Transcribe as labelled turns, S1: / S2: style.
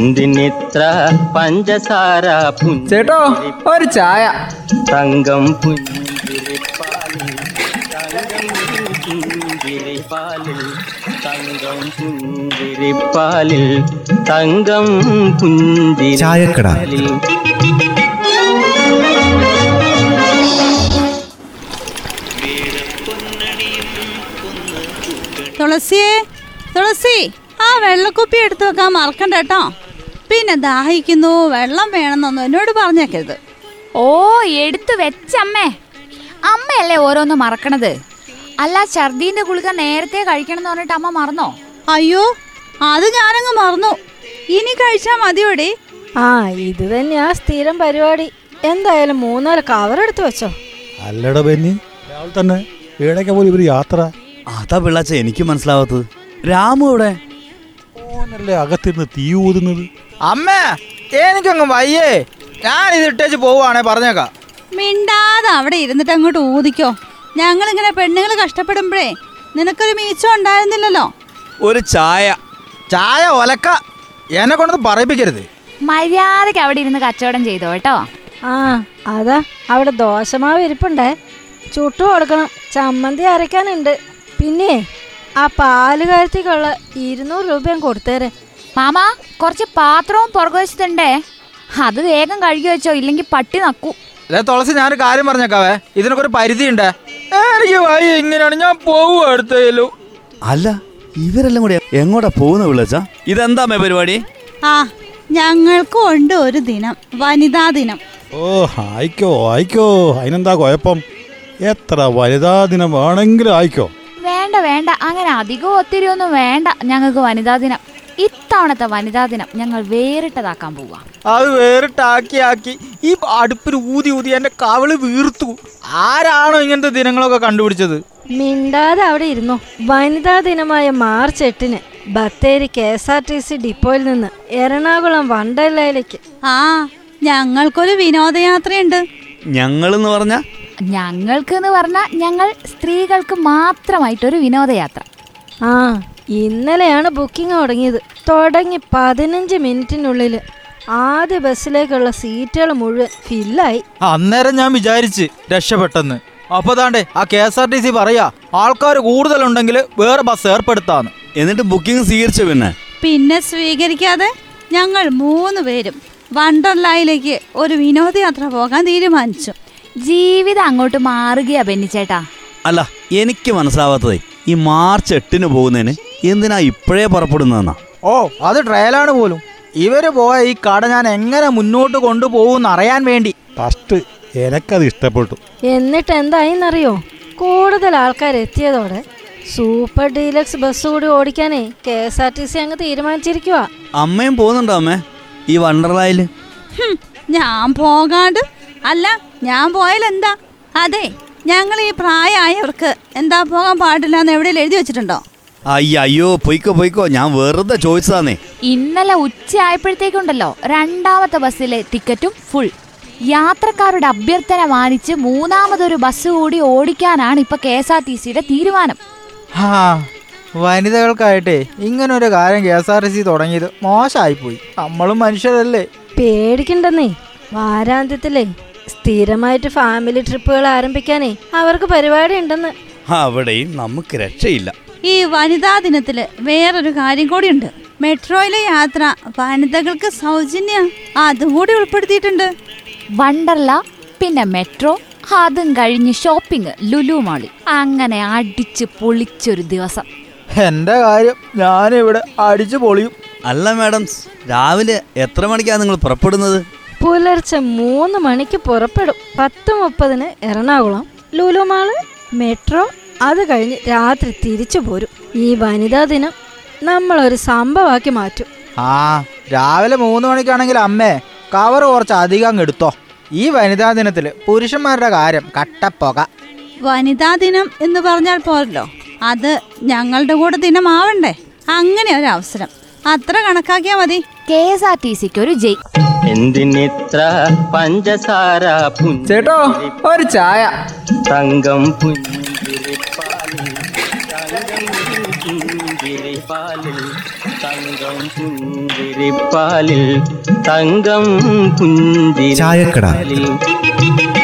S1: എന്തിനിത്ര പഞ്ചസാര പുഞ്ച
S2: ചേട്ടോ ഒരു ചായ
S1: തങ്കം പുഞ്ചിരിപ്പാലിൽ തങ്കം പുഞ്ചിരിപ്പാലിൽ തങ്കം പുഞ്ചിരിപ്പാലിൽ തങ്കം
S3: ചായക്കട.
S1: പുഞ്ചിരിപ്പാലിൽ
S4: തുളസിയെ തുളസി ആ വെള്ളക്കുപ്പി എടുത്തു വെക്കാൻ മറക്കണ്ട കേട്ടോ പിന്നെ ദാഹിക്കുന്നു വെള്ളം വേണമെന്നൊന്നും എന്നോട് പറഞ്ഞേക്കരുത്
S5: ഓ എടുത്തു വെച്ചമ്മേ അമ്മയല്ലേ ഓരോന്ന് മറക്കണത് അല്ല ഛർദീന്റെ ഗുളിക നേരത്തെ കഴിക്കണം എന്ന് പറഞ്ഞിട്ട് അമ്മ മറന്നോ
S4: അയ്യോ അത് ഞാനങ്ങ് മറന്നു ഇനി കഴിച്ചാൽ മതിയോടെ
S6: ആ ഇത് തന്നെയാ സ്ഥിരം പരിപാടി എന്തായാലും മൂന്നാല് കവർ എടുത്തു വെച്ചോ
S3: അല്ലട ബെന്നി രാവിലെ തന്നെ ഏഴൊക്കെ പോലും ഇവര് യാത്ര
S7: അതാ പിള്ളാച്ച എനിക്ക് മനസ്സിലാവാത്തത് രാമു എവിടെ
S3: ഓനല്ലേ അകത്തിരുന്ന് തീ ഊതുന്നത്
S2: അമ്മേ എനിക്കങ്ങ് വയ്യേ ഞാൻ ഇത് ഇട്ടേച്ച് പോവുകയാണെ പറഞ്ഞേക്കാം
S4: മിണ്ടാതെ അവിടെ ഇരുന്നിട്ട് അങ്ങോട്ട് ഊതിക്കോ ഞങ്ങളിങ്ങനെ പെണ്ണുങ്ങൾ കഷ്ടപ്പെടുമ്പോഴേ നിനക്കൊരു മീച്ചം ഉണ്ടായിരുന്നില്ലല്ലോ
S7: ഒരു ചായ
S2: ചായ ഒലക്ക എന്നെ കൊണ്ടൊന്നും പറയിപ്പിക്കരുത്
S5: മര്യാദയ്ക്ക് അവിടെ ഇരുന്ന് കച്ചവടം ചെയ്തോ കേട്ടോ
S6: ആ അതാ അവിടെ ദോശമാവ് ഇരിപ്പുണ്ടേ ചുട്ടു കൊടുക്കണം ചമ്മന്തി അരയ്ക്കാനുണ്ട് പിന്നെ ആ പാല് കാര്യത്തേക്കുള്ള ഇരുന്നൂറ് രൂപ ഞാൻ കൊടുത്തേരെ
S5: മാമാ കുറച്ച് പാത്രവും പുറകുവശത്തുണ്ടേ അത് വേഗം കഴുകി വെച്ചോ ഇല്ലെങ്കിൽ പട്ടി നക്കൂ
S2: അല്ലേ തുളസി ഞാനൊരു കാര്യം പറഞ്ഞേക്കാവേ ഇതിനൊക്കെ ഒരു പരിധിയുണ്ട് എനിക്ക് വയ്യ ഇങ്ങനെയാണ് ഞാൻ പോവുക അടുത്തേലു
S7: അല്ല ഇവരെല്ലാം കൂടി എങ്ങോട്ടാ പോകുന്ന പിള്ളച്ച ഇതെന്താ അമ്മേ പരിപാടി
S4: ആ ഞങ്ങൾക്കും ഉണ്ട് ഒരു ദിനം വനിതാ ദിനം
S3: ഓ ആയിക്കോ ആയിക്കോ അതിനെന്താ കുഴപ്പം എത്ര വനിതാ ദിനം വേണമെങ്കിലും ആയിക്കോ
S5: വേണ്ട വേണ്ട അങ്ങനെ അധികം ഒത്തിരി ഒന്നും വേണ്ട ഞങ്ങൾക്ക് വനിതാ ദിനം ഇത്തവണത്തെ വനിതാ ദിനം ഞങ്ങൾ വേറിട്ടതാക്കാൻ പോവാ
S2: അത് വേറിട്ടാക്കി ആക്കി ഈ അടുപ്പിൽ ഊതി ഊതി എൻ്റെ കവിള് വീർത്തു ആരാണോ ഇങ്ങനത്തെ ദിനങ്ങളൊക്കെ കണ്ടുപിടിച്ചത്
S6: മിണ്ടാതെ അവിടെ ഇരുന്നു വനിതാ ദിനമായ മാർച്ച് എട്ടിന് Bathery K S R T C ഡിപ്പോയിൽ നിന്ന് എറണാകുളം വണ്ടർലയിലേക്ക്
S4: ആ ഞങ്ങൾക്കൊരു വിനോദയാത്രയുണ്ട്
S7: ഞങ്ങളെന്ന് പറഞ്ഞ
S5: ഞങ്ങൾക്ക് എന്ന് പറഞ്ഞാൽ ഞങ്ങൾ സ്ത്രീകൾക്ക് മാത്രമായിട്ടൊരു വിനോദയാത്ര
S6: ആ ഇന്നലെയാണ് ബുക്കിംഗ് തുടങ്ങിയത് തുടങ്ങി പതിനഞ്ച് മിനിറ്റിനുള്ളിൽ ആദ്യ ബസ്സിലേക്കുള്ള സീറ്റുകൾ മുഴുവൻ ഫില്ലായി
S2: അന്നേരം ഞാൻ വിചാരിച്ച് രക്ഷപ്പെട്ടെന്ന് അപ്പോൾ താണ്ടേ ആ K S R T C പറയാ ആൾക്കാർ കൂടുതലുണ്ടെങ്കിൽ വേറെ ബസ് ഏർപ്പെടുത്താന്ന്
S7: എന്നിട്ട് ബുക്കിംഗ് സ്വീകരിച്ചു പിന്നെ
S4: പിന്നെ സ്വീകരിക്കാതെ ഞങ്ങൾ മൂന്ന് പേരും വണ്ടർലായിലേക്ക് ഒരു വിനോദയാത്ര പോകാൻ തീരുമാനിച്ചു
S5: ജീവിതം അങ്ങോട്ട് മാറുകയാ ബെന്നിച്ചേട്ടാ
S7: അല്ല എനിക്ക് മനസ്സിലാവാത്തതേ ഈ മാർച്ച് എട്ടിന് പോകുന്നതിന് എന്തിനാ ഇപ്പോഴേ പുറപ്പെടുന്നതെന്നാ
S2: ഓ അത് ട്രയലാണ് പോലും ഇവര് പോയ ഈ കട ഞാൻ എങ്ങനെ മുന്നോട്ട് കൊണ്ടുപോകുമെന്ന് അറിയാൻ വേണ്ടി
S3: ഫസ്റ്റ് എനക്കത് ഇഷ്ടപ്പെട്ടു
S6: എന്നിട്ട് എന്തായിന്നറിയോ കൂടുതൽ ആൾക്കാർ എത്തിയതോടെ സൂപ്പർ ഡീലക്സ് ബസ് കൂടി ഓടിക്കാനേ K S R T C അങ്ങ് തീരുമാനിച്ചിരിക്കുക
S7: അമ്മയും പോകുന്നുണ്ടോ അമ്മേ ഈ വണ്ടർലായിൽ
S4: ഹും, ഞാൻ പോകാണ്ട് അല്ല ഞാൻ പോയാൽ എന്താ അതെ ഞങ്ങൾ ഈ പ്രായമായവർക്ക് എന്താ പോകാൻ പാടില്ല എന്ന് എവിടെയെങ്കിലും എഴുതി വെച്ചിട്ടുണ്ടോ
S7: അയ്യ അയ്യോ പൊയ്ക്കോ പൊയ്ക്കോ ഞാൻ വെറുതെ ചോദിച്ചതാന്നേ
S5: ഇന്നലെ ഉച്ചയായപ്പോഴത്തേക്കുണ്ടല്ലോ രണ്ടാമത്തെ ബസ്സിലെ ടിക്കറ്റും ഫുൾ യാത്രക്കാരുടെ അഭ്യർത്ഥന മാനിച്ച് മൂന്നാമതൊരു ബസ് കൂടി ഓടിക്കാനാണ് ഇപ്പൊ കെ എസ് ആർ ടി സിയുടെ തീരുമാനം
S2: ആ വനിതകൾക്കായിട്ടേ ഇങ്ങനെ ഒരു കാര്യം K S R T C തുടങ്ങിയത് മോശമായിപ്പോയി നമ്മളും മനുഷ്യരല്ലേ
S6: പേടിക്കണ്ടെന്നേ വാരാന്ത്യത്തിലേ സ്ഥിരമായിട്ട് ഫാമിലി ട്രിപ്പുകൾ ആരംഭിക്കാനേ അവർക്ക് പരിപാടി ഉണ്ടെന്ന്
S7: അവിടെയും നമുക്ക് രക്ഷയില്ല
S4: ഈ വനിതാ ദിനത്തിൽ വേറൊരു കാര്യം കൂടിയുണ്ട് മെട്രോയിലെ യാത്ര വനിതകൾക്ക് സൗജന്യ അതും കൂടി ഉൾപ്പെടുത്തിയിട്ടുണ്ട്
S5: വണ്ടർല പിന്നെ മെട്രോ അതും കഴിഞ്ഞ് ഷോപ്പിംഗ് ലുലു മാളി അങ്ങനെ അടിച്ച് പൊളിച്ചൊരു ദിവസം
S2: എൻ്റെ കാര്യം ഞാനിവിടെ അടിച്ചു പൊളിയും
S7: അല്ല മാഡം രാവിലെ എത്ര മണിക്കാണ് നിങ്ങൾ പുറപ്പെടുന്നത്
S6: പുലർച്ചെ മൂന്ന് മണിക്ക് പുറപ്പെടും പത്ത് മുപ്പതിന് എറണാകുളം ലുലുമാള് മെട്രോ അത് കഴിഞ്ഞ് രാത്രി തിരിച്ചു പോരും ഈ വനിതാ ദിനം നമ്മളൊരു സംഭവമാക്കി മാറ്റും
S2: ആ രാവിലെ മൂന്ന് മണിക്കാണെങ്കിൽ അമ്മേ കവർ കുറച്ച് അധികം അങ്ങ് എടുത്തോ ഈ വനിതാ ദിനത്തിൽ പുരുഷന്മാരുടെ കാര്യം കട്ടപ്പുക
S4: വനിതാ ദിനം എന്ന് പറഞ്ഞാൽ പോരല്ലോ അത് ഞങ്ങളുടെ കൂടെ ദിനമാവണ്ടേ അങ്ങനെ ഒരു അവസരം അത്ര കണക്കാക്കിയാൽ മതി
S5: കെ എസ് ആർ ടി സിക്ക് ഒരു ജയ്
S1: എന്തിനിത്ര പഞ്ചസാര പുഞ്ച
S2: ചേട്ടോ ഒരു ചായ
S1: തങ്കം പുഞ്ചിരിപ്പാലിൽ തങ്കം പുഞ്ചിരിപ്പാലിൽ തങ്കം തങ്കം പുഞ്ചിരിപ്പാലിൽ തങ്കം പുഞ്ചിരിപ്പാലിൽ